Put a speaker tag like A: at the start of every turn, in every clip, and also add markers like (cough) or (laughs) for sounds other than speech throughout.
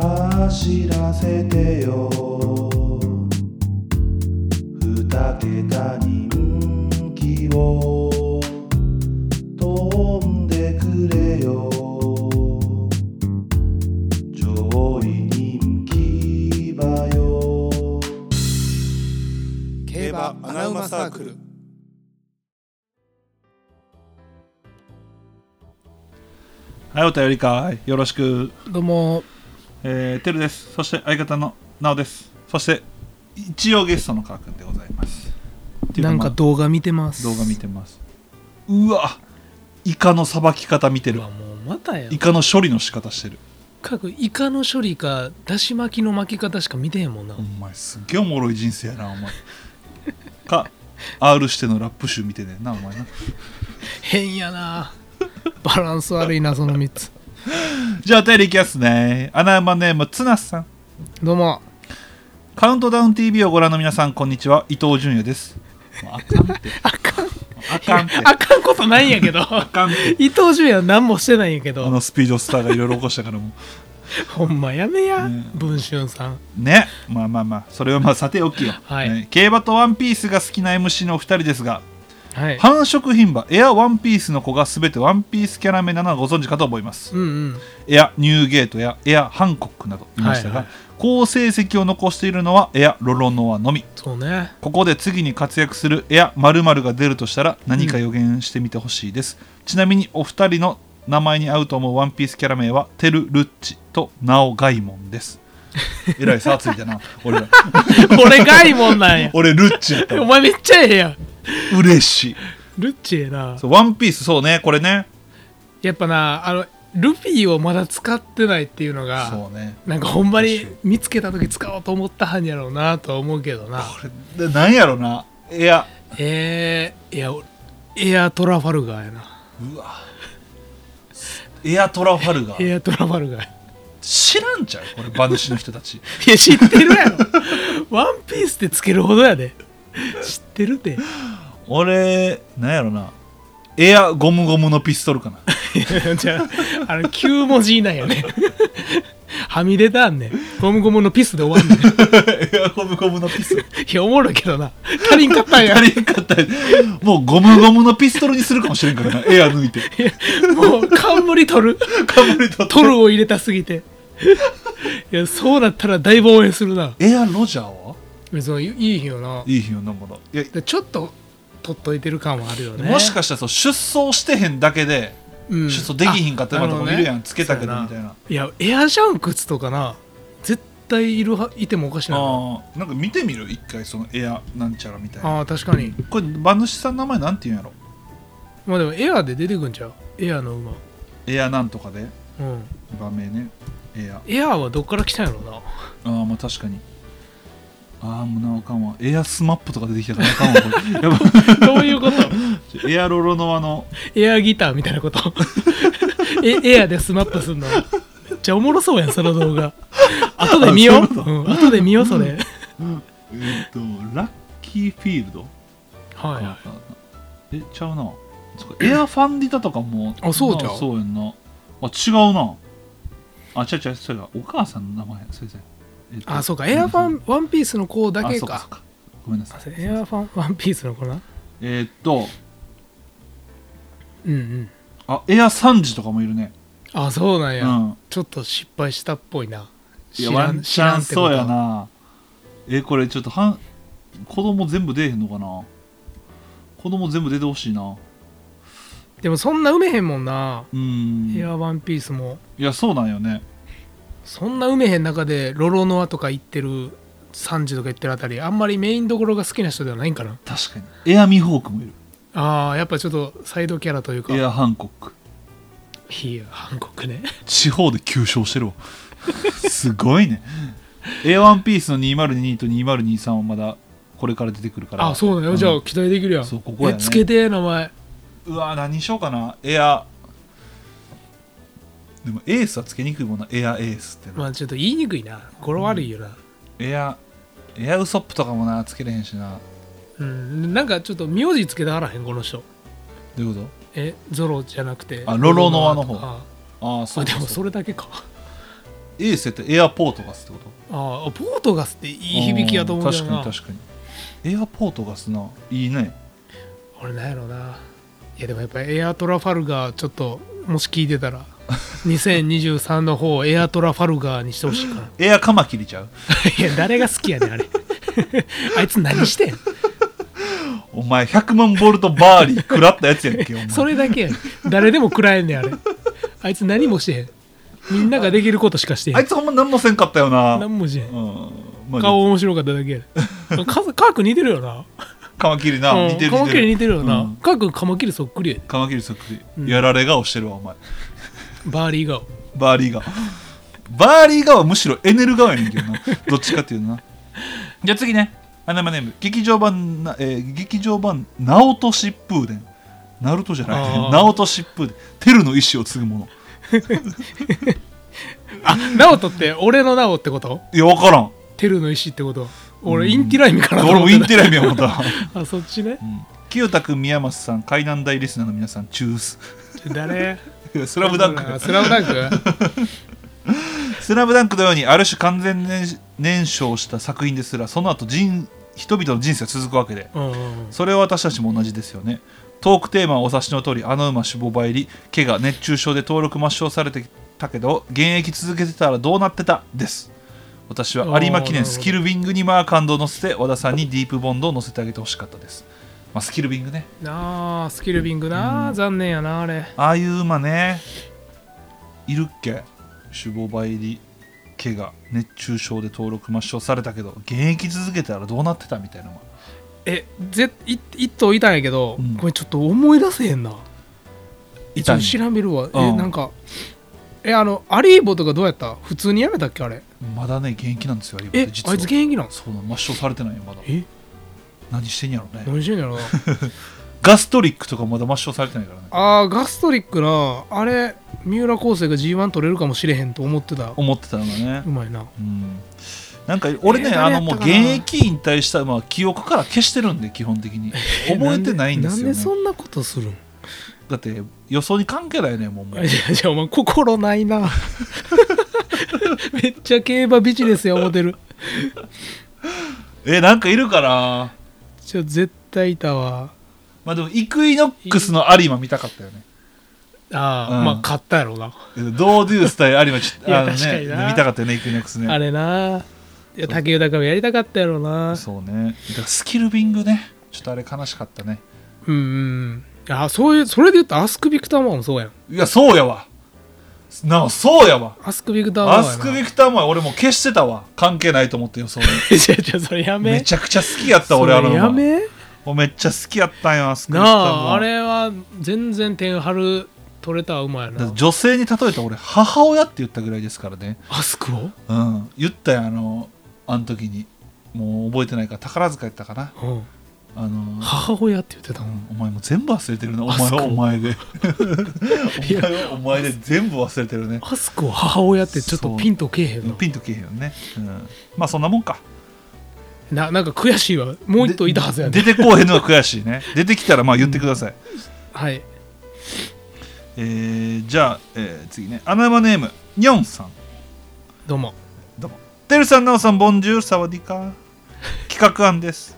A: 走らせてよ二桁人気を飛んでくれよ上位人気馬よ
B: 競馬アナウマサークル
C: はい、お便りかい。よろしく。
D: どうも
C: えー、てるです。そして、相方のなおです。そして、一応ゲストのかーくんでございます。っていう
D: なんか
C: まあ
D: 動画見てます
C: 動画見てます。うわイカのさばき方見て
D: う
C: る
D: わ。もうまたや
C: イカの処理の仕方してる。
D: 各イカの処理かだし巻きの巻き方しか見てへんもんな、
C: お前、すっげえおもろい人生やな、お
D: (laughs)
C: 前。か、R してのラップ集見てねんな、お前な。
D: 変やな (laughs) バランス悪いなその3つ
C: じゃあ、お便りいきますね。アナウマネーム、ツナさん。
D: どうも
C: カウントダウン TV をご覧の皆さん、こんにちは。伊藤淳也です。もうあかんって。
D: (laughs) あかん
C: あかんって。
D: あかんことないんやけど
C: あかんって。
D: 伊藤純也は何もしてないんやけ
C: あ
D: ど
C: のスピードスターがいろいろ起こしたからも
D: ほんまやめや、
C: ね
D: 文春さん
C: うねまあまあまあそれはまあさておきよ、
D: はい
C: ね競馬とワンピースが好きな MC のお二人ですが
D: はい
C: 繁殖牝馬エアワンピースの子が全てワンピースキャラメなのはご存知かと思います、
D: うんうん
C: エアニューゲートやエアハンコックなどいましたが、
D: はいはい
C: 好成績を残しているのはエアロロノアのみ
D: そうね
C: ここで次に活躍するエア〇〇が出るとしたら何か予言してみてほしいです、ちなみにお二人の名前に合うと思うワンピースキャラ名はテル・ルッチとナオ・ガイモンです
D: (laughs)
C: えらい差ついたな俺ら
D: 俺がいもんなん (laughs) や
C: 俺ルッチやった
D: お
C: わ
D: 前めっちゃええやん
C: 嬉しい
D: ルッチええな
C: そうワンピースそうねこれね
D: やっぱなあのルフィをまだ使ってないっていうのが
C: そうね
D: なんかほんまに
C: 確
D: 見つけた時使おうと思ったはんやろうなとは思うけどな
C: これでなんやろなエア
D: えー、いやエアトラファルガーやな
C: うわエアトラファルガー
D: エアトラファルガー
C: 知らんちゃうこれ馬主の人たち
D: いや知ってるやろワンピースってつけるほどやで知ってるて
C: 俺なんやろなエアゴムゴムのピストルかな
D: じゃああの9文字以内やねはみ出たんねんゴムゴムのピスで終わんね
C: (laughs)
D: ん
C: エアゴムゴムのピストル
D: いやおもろいけどな足りんかったんや
C: 足りんかったもうゴムゴムのピストルにするかもしれんからなエア抜いて
D: もう冠取る
C: 冠取って
D: 取るを入れたすぎていやそうなったらだいぶ応援するな
C: (laughs) エアロジャーは
D: 別にいいよない
C: い日よなものいや、
D: でちょっと取っといてる感はあるよね
C: もしかしたらそう出走してへんだけで
D: うん
C: 出走できひんかった
D: あ
C: 馬とかもいるやん
D: なほどね
C: つけたけ
D: そ
C: ど
D: うや
C: みたいない
D: やエアジャンクツとかな絶対いるはいてもおかしないな
C: あーなんか見てみる一回そのエアなんちゃらみたいな
D: あー確かに
C: これ馬主さんの名前なんて言うんやろ
D: まあでもエアで出てくんちゃうエアの馬
C: エアなんとかで
D: うん
C: 馬名ねエア
D: エアはどっから来たんやろうな
C: ああまあ確かにああもうなあかんわエアスマップとか出てきたからあかんわこ (laughs) れやばい
D: (laughs) どういうこと
C: エアロロノアの
D: エアギターみたいなこと (laughs) えエアでスマップすんのめっちゃおもろそうやんその
C: (laughs)
D: 動画後で見よ
C: あ
D: う
C: そういうこ
D: うん、後で見ようそれ
C: えっとラッキーフィールド
D: はいはい
C: えちゃうなそっかエアファンディタとかも
D: あそうじゃん
C: なそうやんなあ違うなあ違う違うそれがお母さんの名前先生、えっと
D: あそうかエアファ
C: うん
D: ンワンピースの子だ
C: あ
D: け
C: そうか
D: か
C: そうかごめんなさい
D: あそうエアファンワンピースの子な
C: えーっと
D: うんうん
C: あエアサンジとかもいるね
D: あそうなん
C: う
D: や、
C: ん
D: ちょっと失敗したっぽいない
C: やワンチャン
D: こと
C: そうやなえこれちょっとはん子供全部出えへんのかな子供全部出てほしいな
D: でもそんな埋めへんもんな、
C: うーん
D: エアワンピースも
C: いやそうなんよね
D: そんな埋めへん中でロロノアとか行ってるサンジとか行ってるあたりあんまりメインどころが好きな人ではないんかな
C: 確かにエアミホークもいる
D: あーやっぱちょっとサイドキャラというかい
C: エ
D: や
C: アハンコック
D: 韓国ね
C: 地方で急勝してるわ (laughs) すごいね A1 ピースの2022と2023はまだこれから出てくるから
D: あそうだよ、
C: ん
D: じゃあ期待できるやん
C: そうここやね
D: えつけて名前
C: うわ何にしようかなエアでもエースはつけにくいもんなエアエースってな、
D: まあちょっと言いにくいな語呂悪いよな、
C: エアエアウソップとかもなつけれへんしな
D: うん、なんかちょっと名字つけてはらへんこの人
C: どういうこ
D: えゾロじゃなくて
C: あロロノアの
D: ロ
C: 方
D: とか
C: とああそ
D: あ
C: う
D: でも
C: そ
D: そうれだけか
C: エーセってエアポートガスってこと
D: ああ、ポートガスっていい響きやと思うんだよ
C: ん
D: な。
C: 確かに確かにエアポートガスないいね
D: 俺なんやろないやでもやっぱエアトラファルガーちょっともし聞いてたら2023の方をエアトラファルガーにしてほしい
C: (laughs)
D: かな
C: エアカマキリちゃう
D: いや誰が好きやねんあれ (laughs) あいつ何してん
C: お前100万ボルトバーリー食らったやつやん
D: (laughs)
C: けお前
D: それだけやねん誰でも食らえんねんあれあいつ何もしてへんみんなができることしかしてへ
C: あい
D: ん
C: つほんま何もせんかったよな
D: 何もしてへ
C: うんんまあ、
D: 顔面白かっただけやね
C: (laughs)
D: んカズカーク似てるよな
C: カマキリな、
D: うん
C: 似てる
D: カマキリ似てるよな、
C: うん
D: カークカマキリそっくりやで
C: カマキリそっくり、
D: うん
C: やられ顔してるわお前
D: バーリー顔
C: バーリー顔バーリー顔はむしろエネル顔やねんけどなどっちかっていうとなじゃあ次ねアナマネーム劇場版な、えー劇場版ナオト疾風伝ナルトじゃない
D: あ
C: ね
D: ー
C: ナオト疾風伝テルの意志を継ぐもの
D: あナオトって俺のナオってこと
C: いや分からん
D: テルの石ってこと俺インティライミかなと
C: 俺
D: 思っ
C: も
D: て
C: イ
D: た
C: ンテリアミや思った、
D: (laughs) あそっちね
C: うん、清田君宮益さん海南大リスナーの皆さんチュース (laughs)
D: 誰
C: スラムダンク
D: あスラムダンク
C: スラムダンクのようにある種完全燃燃焼した作品ですらその後人人々の人生は続くわけで
D: うんうんうん
C: それは私たちも同じですよねトークテーマはお察しの通りあの馬脂肪倍入り怪我熱中症で登録抹消されてたけど現役続けてたらどうなってたです私は有馬記
D: あーなるほど
C: 念スキルウィングにマーカンドを乗せて和田さんにディープボンドを乗せてあげてほしかったです、まあ、スキルウィングね
D: なあスキルビングなあ残念やなあれ
C: ああいう馬ねいるっけ脂肪倍入り怪我熱中症で登録抹消されたけど現役続けてたらどうなってたみたいな馬
D: えぜい一頭いたんやけど、
C: うん
D: これちょっと思い出せへんないちょ
C: た
D: っ
C: ん
D: と
C: や
D: 調べるわ、
C: う
D: え
C: ん
D: なんかえあのアリーボとかどうやった普通にやめたっけあれ
C: まだね現役なんですよ有馬っ
D: えあ
C: て
D: いつ
C: 実は
D: 現役なん
C: そうなの抹消されてないよまだ
D: え
C: 何してんやろね
D: 何してんやろな
C: ガストリックとかまだ抹消されてないからね
D: あーガストリックなあれ三浦昴生が G1 取れるかもしれへんと思ってた
C: 思ってたのがね
D: うまいな
C: うんなんか俺ね、
D: えー
C: あ
D: 誰や
C: の
D: った
C: もう
D: かな
C: 現役引退した、まあ、記憶から消してるんで基本的に覚えてないんですよ、
D: なんで
C: ね、
D: そんなことするん
C: だって予想に関係ないねもうもう
D: いやいやお前心ないな
C: (laughs)
D: めっちゃ競馬ビジネスや思てる
C: えーなんかいるかな
D: ちょ絶対いたわ
C: まあでもイクイノックスの有馬見たかったよね
D: ああ、
C: うん
D: まあ買ったやろうな、
C: えードーデュース対有馬ちょっ
D: いや
C: あのね
D: 確かにな
C: 見たかったよねイクイノックスね
D: あれないや竹豊もやりたかったやろうな
C: そうねだからスキルビングねちょっとあれ悲しかったね
D: うんうんあそういうそれで言うとアスク・ビクター・マンもそうやん
C: いやそうやわなあそうやわ
D: アスク・ビクター・マン
C: ア
D: やな
C: スクビクターも俺もう消してたわ関係ないと思って予
D: (laughs)
C: 想で
D: じゃじゃそれやめ
C: めちゃくちゃ好きやった
D: それ
C: 俺あの
D: や
C: 馬も
D: め
C: うめっちゃ好きやったんよアスクビク
D: な
C: ターも
D: ああれは全然点張る取れた馬や
C: だか
D: な
C: ら女性に例えたら俺母親って言ったぐらいですからね
D: アスクを
C: うん言ったよあのあの時にもう覚えてないから宝塚やったかな
D: うん
C: あの
D: 母親って言ってた
C: う
D: もん
C: んお前もう全部忘れてるなお
D: アス
C: 前
D: ク
C: はお前
D: (laughs)
C: で
D: いや
C: お前はお前で全部忘れてるね
D: アスクを母親ってちょっとピンとけえへんの
C: ピンとけえへんよね、うん、まあそんなもんか
D: ななんか悔しいわもう一頭いたはずやね
C: で (laughs) 出てこうへんのが悔しいね出てきたらまあ言ってください、
D: はい
C: えーじゃあ、えー次ね穴山ネームにょんさん
D: どうも
C: どうもてるさんなおさんボンジュールサワディカ企画案です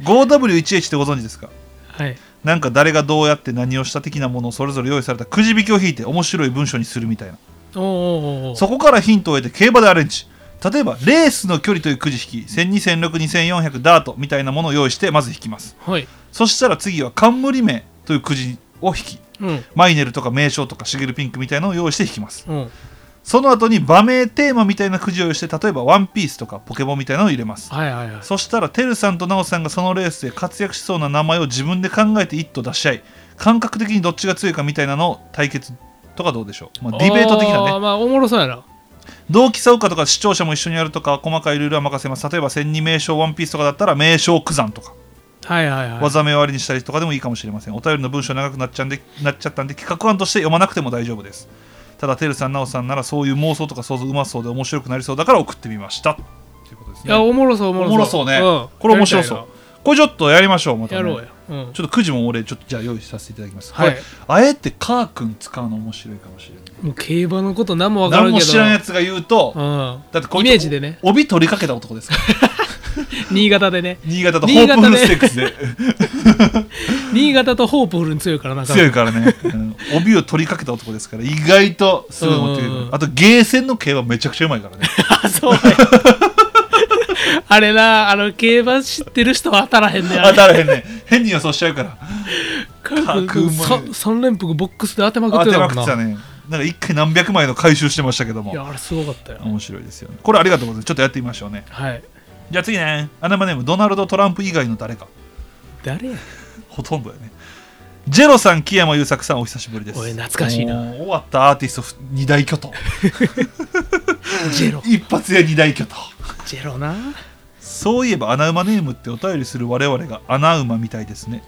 C: 5W1H ってご存知ですか
D: はい
C: なんか誰がどうやって何をした的なものをそれぞれ用意されたくじ引きを引いて面白い文章にするみたいな
D: おーおーおー
C: そこからヒントを得て競馬でアレンジ例えばレースの距離というくじ引き102006200ダートみたいなものを用意してまず引きます
D: はい
C: そしたら次は冠名というくじを引き
D: うん
C: マイネルとか名称とかシゲルピンクみたいなのを用意して引きます
D: うん
C: その後に場名テーマみたいなくじを用意して例えばワンピースとかポケモンみたいなのを入れます
D: はいはいはい
C: そしたらてるさんとなおさんがそのレースで活躍しそうな名前を自分で考えて一頭出し合い感覚的にどっちが強いかみたいなのを対決とかどうでしょう、まあ、ディベート的なね
D: あーまあおもろそうやな
C: 同期参加とか視聴者も一緒にやるとか細かいルールは任せます例えば千人名称ワンピースとかだったら名称九山とか
D: はいはいはい
C: 技名を終わりにしたりとかでもいいかもしれませんお便りの文章長くなっちゃうんでなっちゃったんで企画案として読まなくても大丈夫ですただてるさんなおさんならそういう妄想とか想像うまそうで面白くなりそうだから送ってみましたということです
D: いや
C: ね
D: おもろそうお
C: お
D: もろそう
C: もろそうね、
D: ん
C: これ面白そうこれちょっとやりましょうまた、
D: や
C: ね、
D: ろうよ、うん
C: ちょっとくじも俺ちょっとじゃあ用意させていただきます、
D: はい
C: これあえてカー君使うの面白いかもしれない
D: もう競馬のこと何も分からん
C: 何
D: けど
C: も知らんやつが言うと、
D: うん
C: だってこいつ
D: イメージでね
C: 帯取りかけた男です
D: (laughs)
C: から
D: 新潟でね
C: 新潟とホ
D: 新
C: ー
D: 潟
C: プ
D: ね
C: フルステックスで
D: 新潟とホープフルに強いからな
C: 強いからね、うん帯を取りかけた男ですから意外とすぐ持ってく
D: うんうんう
C: る
D: ん
C: あとゲーセンの競馬めちゃくちゃうまいから
D: (laughs)
C: ね
D: あそうねあれなあの競馬知ってる人は当たらへんね
C: 当たらへんね変に予想しちゃうから
D: 各
C: 各
D: 国
C: 馬
D: さ3連複ボックスで当てまくっ
C: 当
D: て
C: て
D: たも
C: ま
D: ん
C: く
D: な
C: ってたねなんか一回何百枚の回収してましたけど
D: いや
C: も
D: あれすごかったよ、
C: 面白いですよねこれありがとうございますちょっとやってみましょうね
D: はい
C: じゃあ次ねアナマネームドナルド・トランプ以外の誰か
D: 誰や
C: ほとんどやねジェロさん木山優作さんお久しぶりです
D: おい懐かしいな
C: もう終わったアーティストふ二大巨頭
D: ジェロ
C: 一発で二大巨頭
D: ジェロな
C: そういえば穴馬ネームってお便りする我々が穴馬みたいですね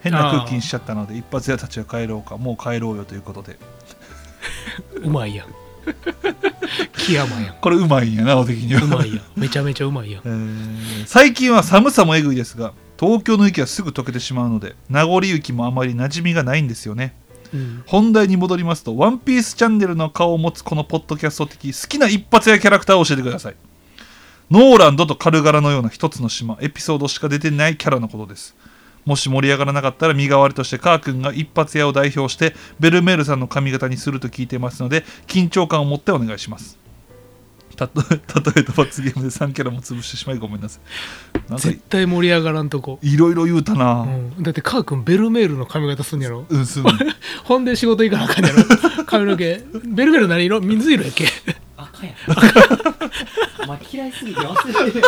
C: 変な空気にしちゃったので一発屋たちは帰ろうかもう帰ろうよということで
D: うまいやん木山やん
C: これうまいんやなお的には
D: うまいやんめちゃめちゃうまいやん
C: (laughs) えー最近は寒さもえぐいですが東京の雪はすぐ溶けてしまうので名残雪もあまり馴染みがないんですよね
D: うん
C: 本題に戻りますと「ワンピースチャンネルの顔を持つこのポッドキャスト的好きな一発やキャラクターを教えてくださいノーランドとカルガラのような一つの島エピソードしか出てないキャラのことですもし盛り上がらなかったら身代わりとしてカー君が一発屋を代表してベルメールさんの髪型にすると聞いてますので緊張感を持ってお願いしますたと例えた罰ゲームで3キャラも潰してしまいごめんなさいなんか
D: 絶対盛り上がらんとこ、
C: いろいろ言うた
D: う、
C: なん
D: だってカー君ベルメールの髪型すんやろ
C: うんすん (laughs) の
D: ほんで仕事行かなあかんやろ髪の毛ベルベル何色水色やっけ
B: 赤やんお前嫌いすぎて忘れてる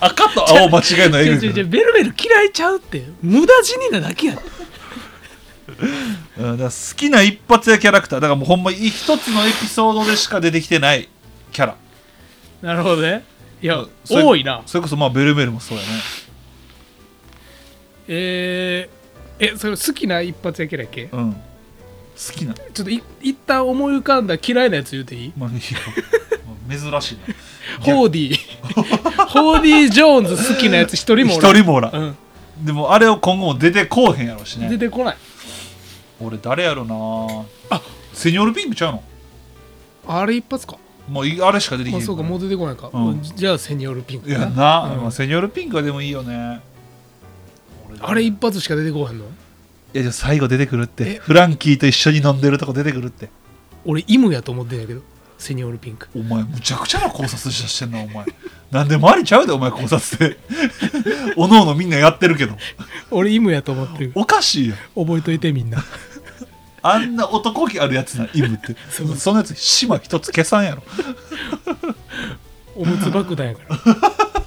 C: 赤と青間違いの
D: 違う
C: エ
D: 違う違うベルベル嫌いちゃうって無駄死になだけや
C: うんだから好きな一発屋キャラクターだからもうほんまに一つのエピソードでしか出てきてないキャラ
D: なるほどねいや
C: それ
D: 多いな
C: それこそまあベルメルもそうやね
D: えー、えそれ好きな一発やけだっけ
C: うん好きな
D: ちょっとい一旦思い浮かんだ嫌いなやつ言うていい
C: まあいいよ珍しい
D: ホーデ
C: (laughs)
D: ィーホーディー・ジョーンズ好きなやつ一人
C: な
D: もお
C: 一
D: らん
C: 人もおらん、
D: うん
C: でもあれを今後も出てこうへんやろし
D: 出
C: ね
D: てこない
C: 俺誰やろなあセニョールピンクちゃうの
D: あれ一発か
C: もういあれしか出てき
D: あ
C: てへん
D: そう
C: か
D: からもう出てこないか、
C: うん
D: じゃあセニョールピンク
C: いや
D: か
C: な、
D: うん
C: まあ、セニョールピンクはでもいいよね俺
D: あれ
C: い
D: 一発しか出てこへんの
C: やじゃあ最後出てくるって
D: え
C: フランキーと一緒に飲んでるとこ出てくるって
D: 俺イムやと思ってんやけどセニョールピンク
C: お前むちゃくちゃな考察しだしてんなお前なんでもありちゃうでお前考察で (laughs) おのおのみんなやってるけど
D: 俺イムやと思ってる
C: おかしいよ
D: 覚えといてみんな
C: あんな男気あるやつなイムってそのやつ島一つ消さんやろ
D: おむつ爆弾やか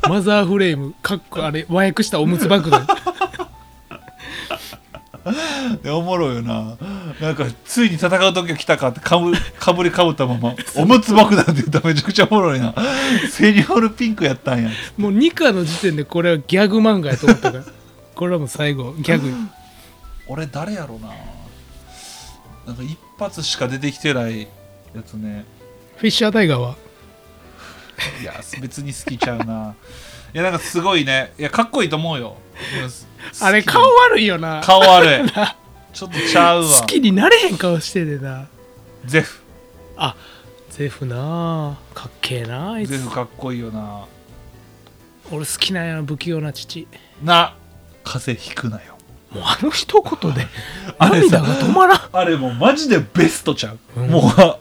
D: ら (laughs) マザーフレームかっこあれ和訳したおむつ爆 (laughs) 弾
C: でおもろいよななんかついに戦う時が来たかってかぶかぶりかぶったままおむつ爆弾って言ったらめちゃくちゃおもろいなセニョールピンクやったんや
D: もう2巻の時点でこれはギャグ漫画やと思ったからこれはもう最後ギャグ
C: 俺誰やろななんか一発しか出てきてないやつね
D: フィッシャータイガーはい
C: や別に好きちゃうないやなんかすごいねいやかっこいいと思うようんす
D: あれ
C: 好き
D: 顔悪いよな
C: 顔悪いちょっとちゃうわ
D: 好きになれへん顔しててな
C: ゼフ
D: あゼフなあかっけえなあい
C: ゼ
D: つ
C: フかっこいいよな
D: 俺好きなんやな不器用な父
C: な風邪ひくなよ
D: もうあの一言 (laughs) で
C: あれさ
D: 涙が止まらん
C: あれもうマジでベストちゃう、
D: うん
C: もうあ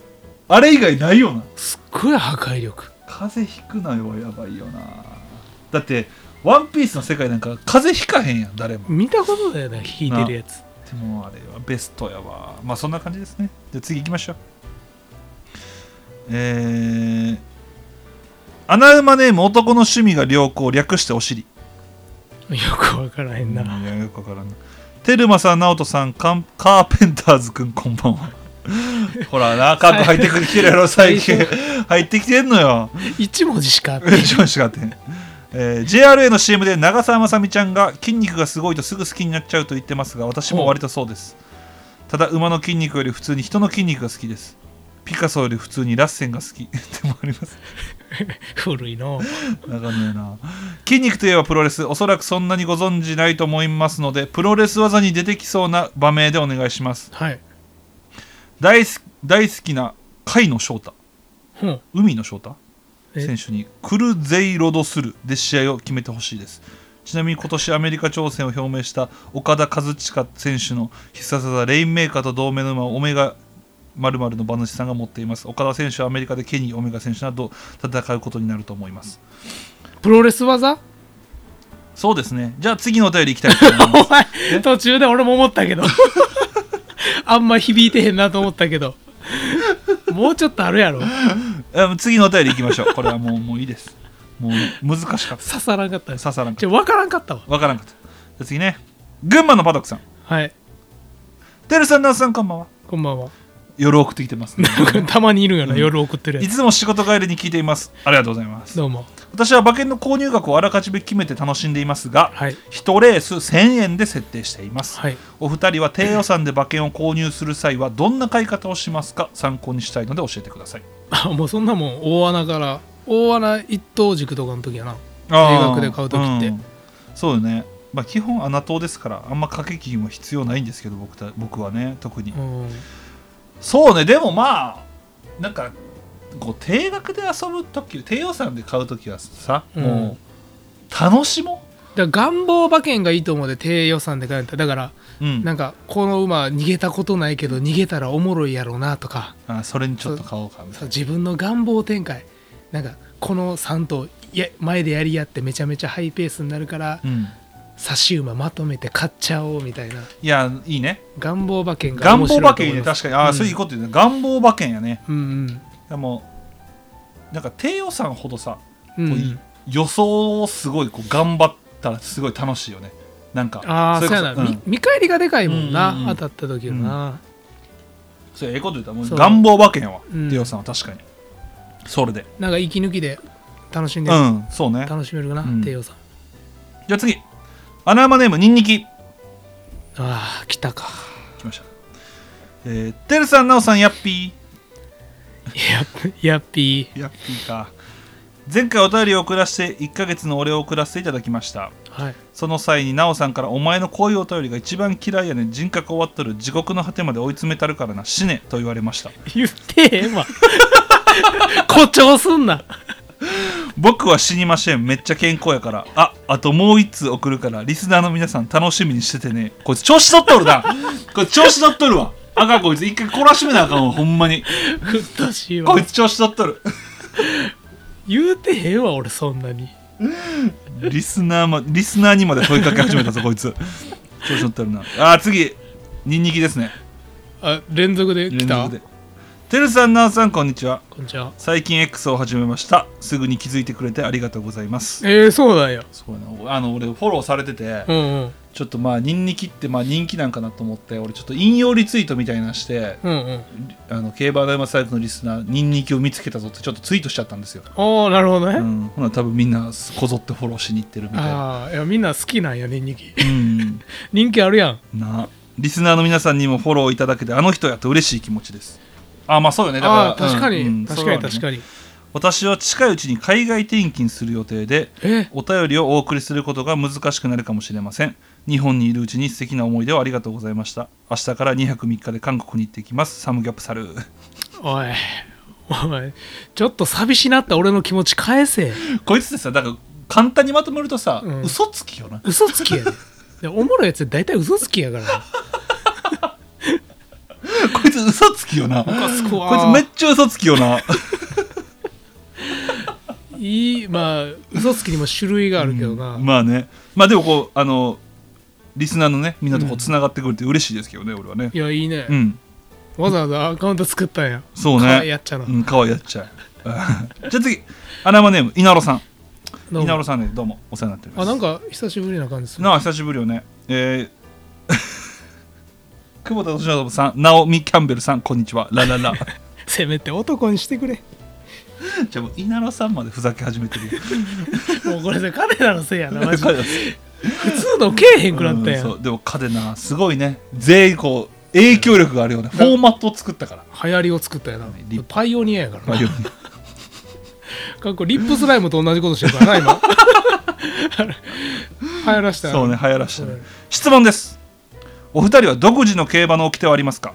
C: あれ以外ないよな
D: すっごい破壊力
C: 風邪ひくなよはやばいよなだってワンピースの世界なんか風邪ひかへんやん誰も
D: 見たことだよな弾いてるやつ
C: でもあれはベストやわまあそんな感じですねじゃあ次行きましょうえー、穴馬ネーム男の趣味が良好略してお尻
D: よくわからへんな、
C: うんいやよくわからんなテルマさん直人さんカンカーペンターズくんこんばんはほらなカーク入ってきてるやろ最近
D: 最
C: 入ってきてんのよ
D: 一文字しかあって (laughs)
C: 一番しかってん (laughs) えー JRA の CM で長澤まさみちゃんが筋肉がすごいとすぐ好きになっちゃうと言ってますが私も割とそうですただ馬の筋肉より普通に人の筋肉が好きですピカソより普通にラッセンが好き (laughs) でもあります
D: 古いの
C: 長野やな筋肉といえばプロレスおそらくそんなにご存じないと思いますのでプロレス技に出てきそうな場名でお願いします
D: はい
C: 大好き大好きな海野翔太
D: ほう
C: 海野翔太
D: え
C: 選手にクルゼイロドスルで試合を決めてほしいですちなみに今年アメリカ挑戦を表明した岡田和親選手の必殺技レインメーカーと同盟の馬をオメガ〇〇の馬主さんが持っています岡田選手はアメリカでケニーオメガ選手など戦うことになると思います
D: プロレス技
C: そうですねじゃあ次のお便りいきたいと思いま
D: (laughs)
C: す
D: お前途中で俺も思った (laughs) けどあんま響いてへんなと思ったけどもうちょっとあるやろ
C: あ次のお便りいきましょうこれはもうもういいですもう難しかった
D: 刺さらんかったです
C: 刺さらんか
D: ち
C: っ
D: ょ分からんかったわ
C: たわからんかったじゃあ次ね群馬のパドックさん
D: はい
C: てるさんなおさんこんばんは
D: こんばんは
C: 夜送ってきてますね
D: たまにいるよな、夜送ってる
C: い
D: やつ
C: つも仕事帰りに聞いています。ありがとうございます。
D: どうも
C: 私は馬券の購入額をあらかじめ決めて楽しんでいますが、
D: はい
C: 1レース1000円で設定しています。
D: はい
C: お二人は低予算で馬券を購入する際はどんな買い方をしますか参考にしたいので教えてください。
D: あもうそんなもん大穴から大穴一等軸とかの時やな
C: あー
D: 定額で買う時って
C: んそうよね。まあ、基本穴党ですからあんま掛け金は必要ないんですけど僕た僕はね特に、
D: うん
C: そうねでもまあなんかこう定額で遊ぶ時低予算で買う時はさ、もう楽しも
D: だから願望馬券がいいと思うで低予算で買えただから
C: う、うん、
D: なんかこの馬逃げたことないけど逃げたらおもろいやろうなとか
C: あそれにちょっと買おうかみた
D: そう
C: い
D: 自分の願望展開なんかこの3頭いや前でやり合ってめちゃめちゃハイペースになるから
C: な、うん、
D: 差し馬まとめて買っちゃおうみたいない
C: やいいね
D: 願望馬券が
C: 願望
D: 面白い
C: 馬券ね確かにああ、
D: うん
C: そういうこと言うね願望馬券やね
D: にうん
C: でもなんか低予算ほどさ、
D: うんうん、
C: こうい予想をすごいこう頑張ったらすごい楽しいよねなんか
D: ああそ
C: れ
D: う
C: こ
D: やな、
C: ん
D: み見返りがでかいもんな、
C: うんうんうん
D: 当たった時のな、
C: そうええこと言ったもう
D: そう
C: 願望馬券やわ、
D: うん
C: 低予算は確かにそれで
D: なんか息抜きで楽しんで、
C: うんそうね
D: 楽しめるかな、
C: うん
D: 低予算
C: じゃあ次穴山ネームニンニキ
D: ああ来たか
C: 来ましたえー、てるさんなおさんやっぴー
D: やっやっぴ
C: ヤッピーか前回お便りを送らせて1ヶ月のお礼を送らせていただきました
D: ーはい
C: その際に奈緒さんから「お前のこういうお便りが一番嫌いやねん人格終わっとる地獄の果てまで追い詰めたるからな死ね」と言われました
D: 言ってええわ (laughs) 誇張すん
C: (laughs)
D: な
C: 僕は死にませんめっちゃ健康やからああともう1通送るからリスナーの皆さん楽しみにしててねこいつ調子乗っとるな (laughs) こいつ調子乗っとるわあかんこいつ一回懲らしめなあかんわほんまに
D: うっとうしいわ
C: こいつ調子乗っとる
D: 言うてへんわ俺そんなに
C: リスナーまリスナーにまで問いかけ始め
D: (laughs)
C: たぞこいつ調子乗ってるなあー次ニンニキですね
D: あ連続で来
C: 連
D: た
C: 続でてるさんなおさんこんにちは
D: こんにちは
C: 最近 X を始めましたすぐに気づいてくれてありがとうございます
D: えー、そうなんや
C: そうやなあの俺フォローされてて
D: うんうん
C: ちょっとまあニンニキってまあ人気なんかなと思って俺ちょっと引用リツイートみたいなして
D: うんうん
C: あの競馬大魔サイクのリスナーニンニキを見つけたぞってちょっとツイートしちゃったんですよ、
D: ああなるほどね、
C: うん、ほな多分みんなこぞってフォローしに行ってるみたいな
D: ああいやみんな好きなんやね人気 (laughs)
C: うん
D: 人気あるやん
C: なリスナーの皆さんにもフォローいただけてあの人やと嬉しい気持ちですあまあそうよねだから
D: ああ確かに、
C: うんうん
D: 確
C: そ
D: かに
C: れはあるね
D: 確かに、
C: 私は近いうちに海外転勤する予定で
D: え
C: お便りをお送りすることが難しくなるかもしれません日本にいるうちに素敵な思い出をありがとうございました明日から2泊3日で韓国に行ってきますサムギョプサル
D: おいおいちょっと寂しなった俺の気持ち返せ
C: (laughs) こいつってさだから簡単にまとめるとさ、
D: うん
C: 嘘つきよな
D: 嘘つき
C: (laughs)
D: やででおもろいやつ大体嘘つきやからな
C: こいつ嘘つきよなこ
D: ムカつくわ
C: いつめっちゃ嘘つきよな
D: いいまあ嘘つきにも種類があるけどな、
C: まあねまあでもこうあのリスナーのねみんなとこうつながってくれて嬉しいですけどね、俺はね
D: いやいいね、
C: うん
D: わざわざアカウント作ったんや
C: そう
D: かわ
C: ね
D: いやっちゃな、
C: うんかわいいやっちゃう (laughs) じゃあ次アナマネーム稲ロさん
D: どう
C: 稲
D: も
C: ロさんねどうもお世話になっておりま
D: あ
C: す
D: なんか久しぶりな感じする
C: なあ久しぶりよねえー (laughs) 久保田敏信さん、ナオミ・キャンベルさん、こんにちは。ララ
D: (laughs)
C: ラ。
D: せめて男にしてくれ
C: じゃあもう、稲野さんまでふざけ始めてるよ。
D: もうこれで彼らのせい
C: (laughs)
D: やなマジで
C: う
D: 普通のけえへんくなったやん、
C: んそうでも、カデナ、すごいね。全員こう、影響力があるよねフォーマットを作った
D: (laughs)
C: から
D: 流行りを作ったよな
C: リッ
D: パイオニアやから
C: まあ
D: な
C: よ
D: かっこリップスライムと同じことしてるからな
C: (laughs)
D: 今流行らした
C: そうね流行らして
D: う
C: ね
D: ん
C: 質問ですお二人は独自の競馬の掟はありますか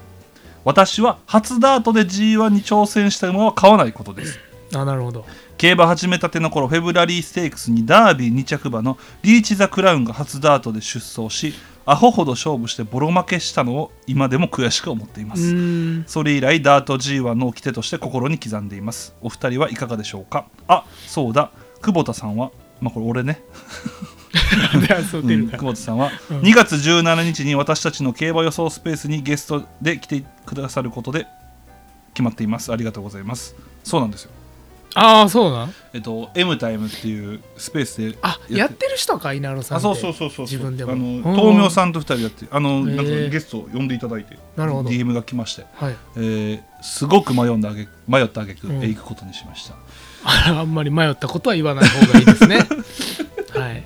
C: 私は初ダートで G1 に挑戦した馬は買わないことです
D: あなるほど
C: 競馬始めたての頃フェブラリーステークスにダービー2着馬のリーチ・ザ・クラウンが初ダートで出走しアホほど勝負してボロ負けしたのを今でも悔しく思っていま
D: う
C: す、
D: ーん
C: それ以来ダート G1 の掟として心に刻んでいますお二人はいかがでしょうかあそうだ久保田さんはまあこれ俺ね
D: で遊んで
C: うん久
D: るから
C: 保田さんは2月17日に私たちの競馬予想スペースにゲストで来てくださることで決まっていますありがとうございますそうなんですよ
D: ああそうなん
C: えっと M タイムっていうスペースで
D: あやってる人か稲野さん
C: あ
D: って
C: そうそうそうそう
D: 自分でも
C: あ
D: う
C: の
D: ん
C: 豆苗さんと2人やってあのなんか
D: へえ
C: ゲストを呼んでいただいて
D: なるほど
C: DM が来まして、
D: はい
C: えーすごく迷んだあげ迷ったあげく、
D: うん
C: え行くことにしました
D: ああんまり迷ったことは言わない方がいい
C: (laughs)
D: ですねはい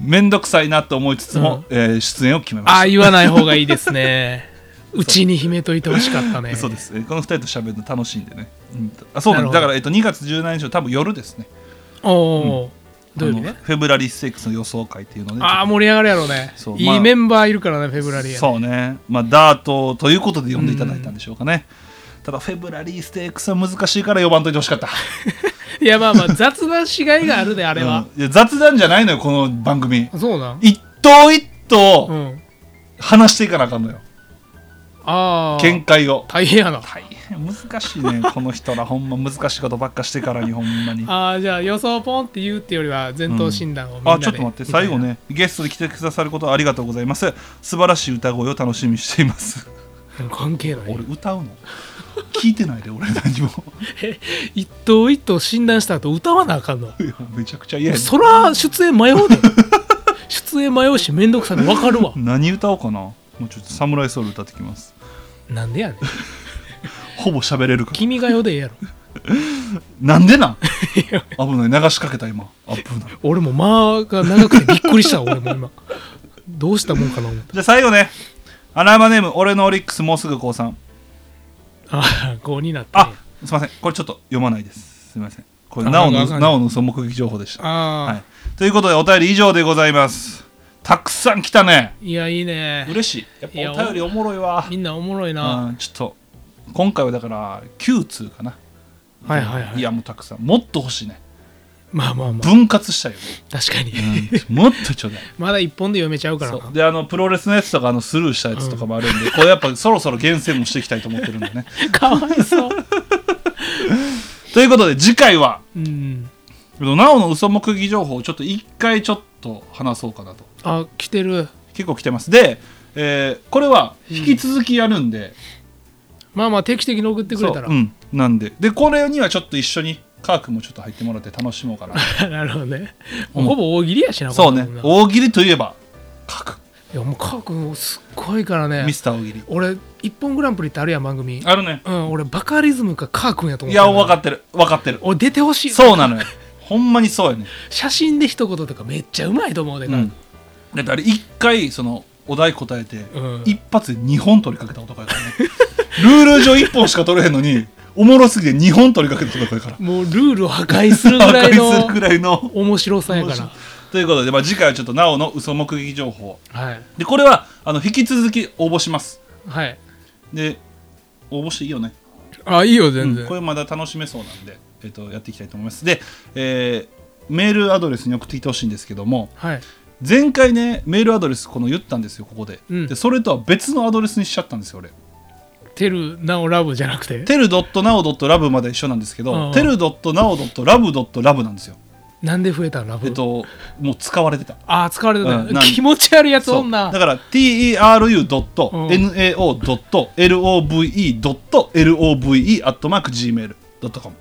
C: 面倒くさいなと思いつつも、えー出演を決めました
D: ああ言わない方がいいで
C: (laughs)
D: すねうちに秘めといてほしかったね
C: そうです、えーこの2人と喋るの楽しいんでね、うんあそうなんですだ
D: なるほど
C: から、えっと、2月17日の多分夜ですね
D: おおー、どういう意味
C: あ
D: ね
C: のフェブラリーステークスの予想会っていうので
D: ああ盛り上がるやろうね
C: そう
D: い
C: まあ
D: いメンバーいるからねフェブラリーやね
C: そうね、まあ、ダートということで呼んでいただいたんでしょうかね、ただフェブラリーステークスは難しいから呼ばんといてほしかった
D: いやまあまあ雑なしがいがあるであれは、
C: うんいや雑談じゃないのよこの番組
D: そうなん
C: 一頭一
D: う
C: 頭
D: ん
C: 話していかなあかんのよ
D: ああ
C: 見解を
D: 大変やな
C: 大変難しいねこの人らほんま難しいことばっかしてからにほんまにあ
D: ああじゃあ予想ポンって言うってよりは前頭診断をみんなで、
C: ちょっと待って最後ねゲストで来てくださることありがとうございます素晴らしい歌声を楽しみにしています
D: みたいな関係ない
C: 俺歌うの聞いてないで俺何も
D: (laughs) 一頭一頭診断した後歌わなあかんの
C: いやめちゃくちゃ嫌やね
D: そら出演迷うで出演迷うしめんどくさいの分かるわ
C: 何歌おうかなもうちょっと「サムライソウル」歌ってきます
D: なんでやねん
C: ほぼ喋れるから
D: 君が代でええやろ
C: なんで
D: (laughs)
C: なん危ない流しかけた今危ない
D: 俺も間が長くてびっくりした俺も今どうしたもんかな思った
C: じゃあ最後ね。アナーマネーム、俺のオリックスもうすぐ降参。
D: ああ5になっ
C: あ
D: たね、
C: すいません。これちょっと読まないです。すいません。これ、
D: あ
C: なお
D: なん
C: の、
D: かわかんない
C: なおの嘘目撃情報でした。
D: ああ、
C: はい。ということで、お便り以上でございます。たくさん来たね。
D: い、やいいね
C: 嬉しい。
D: い
C: や
D: や
C: っぱお便りおもろいわ。
D: みんなおもろいな、
C: うん、ちょっと、今回はだから、9通かな。
D: はいはいはい
C: いや、もうたくさん。もっと欲しいね。
D: まあまあまあ
C: 分割したいよ。
D: 確かに、
C: うんもっとちょうだ
D: (laughs)
C: い。
D: まだ一本で読めちゃうから
C: そう
D: な
C: であのプロレスのやつとかあのスルーしたやつとかもあるんで、これやっぱそろそろ厳選もしていきたいと思ってるんでね (laughs)
D: かわいそう
C: ということで次回は
D: うん
C: けどなおの嘘目撃情報をちょっと一回ちょっと話そうかなと
D: あ来てる
C: 結構来てますで、えーこれは引き続きやるんで、
D: まあまあ定期的に送ってくれたら、
C: そううんなんででこれにはちょっと一緒にカー君もちょっと入ってもらって楽しもうかな
D: (laughs) なるほどね
C: うん
D: ほぼ大喜利やしな
C: そうね
D: こんなもんな
C: 大喜利といえばカー
D: いやもうカー君すっごいから
C: 君
D: ね
C: ミスター大喜利
D: 俺一本グランプリってあるやん番組
C: あるね
D: うん俺バカリズムかカー君やと
C: い
D: 思ってる
C: や分かってる分かってる
D: 俺出てほしい
C: そうなの
D: (laughs)
C: よほんまにそうやね
D: 写真で一言とかめっちゃうまいと思うで、
C: うんだってあれ一回そのお題答えて、
D: うん
C: 一発で2本取りかけた男やからねルール上1本しか取れへんのにおもろすぎて2本取りかけた男やから
D: もうルールを破壊するぐらい
C: 破壊するぐ
D: の
C: らいの
D: 面白さやから
C: ということで、まあ、次回はちょっとなおの嘘目撃情報
D: はい
C: でこれはあの引き続き応募します
D: はい
C: で応募していいよね、
D: あいいよ全
C: うん
D: 然、
C: これまだ楽しめそうなんで、えっとやっていきたいと思いますで、えーメールアドレスに送ってきてほしいんですけども
D: はい
C: 前回ねメールアドレスこの言ったんですよここで,、
D: うん
C: でそれとは別のアドレスにしちゃったんですよ俺
D: テルナオラブじゃなくて
C: テル .nao.love まで一緒なんですけ
D: うんう
C: ど、
D: ん
C: テル .nao.love.love なんですよ。
D: なんで増えたラブ、
C: えっと、もう使われてた。
D: ああ使われてた、
C: うんなん
D: 気持ち悪いやつ
C: うだ
D: 女
C: から teru.nao.love.love.gmail.com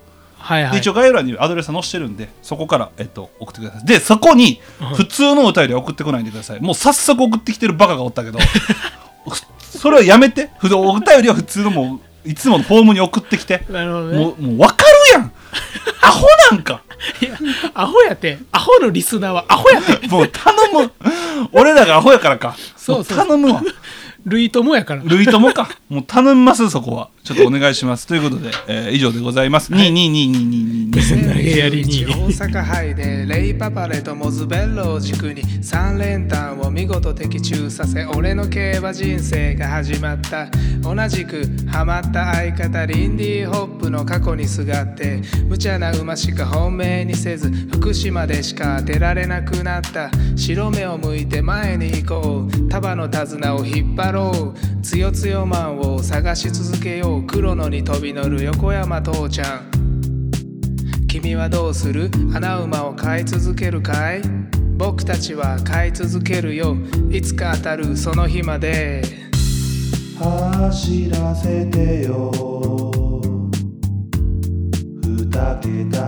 D: はいは
C: で
D: い
C: 一応概要欄にアドレスは載せてるんでそこから、えっと、送ってくださいでそこに普通のお便りは送ってこないでくださいもう早速送ってきてるバカがおったけど (laughs) それはやめてふお便りは普通のもういつものフォームに送ってきて
D: なるほどね
C: もうもう分かるやんアホなんか
D: いや (laughs) アホやてアホのリスナーはアホやて
C: もう頼む俺らがアホやからか
D: そうそう
C: も頼むわ
D: 類ともやから
C: ルイ
D: (laughs)
C: ともか。もう頼みます、そこは。ちょっとお願いします。ということで、えー以上でございます。222222。
D: 投げやりに
E: 大阪杯でレイパパレとモズベロを軸に三連単を見事的中させ俺の競馬人生が始まった同じくハマった相方リンディーホップの過去にすがって無茶な馬しか本命にせず福島でしか当てられなくなった白目を向いて前に行こう束の手綱を引っ張ろうつよつよマンを探し続けよう黒野に飛び乗る横山父ちゃん君はどうする穴馬を飼い続けるかい僕たちは飼い続けるよいつか当たるその日まで
A: 走らせてよ二桁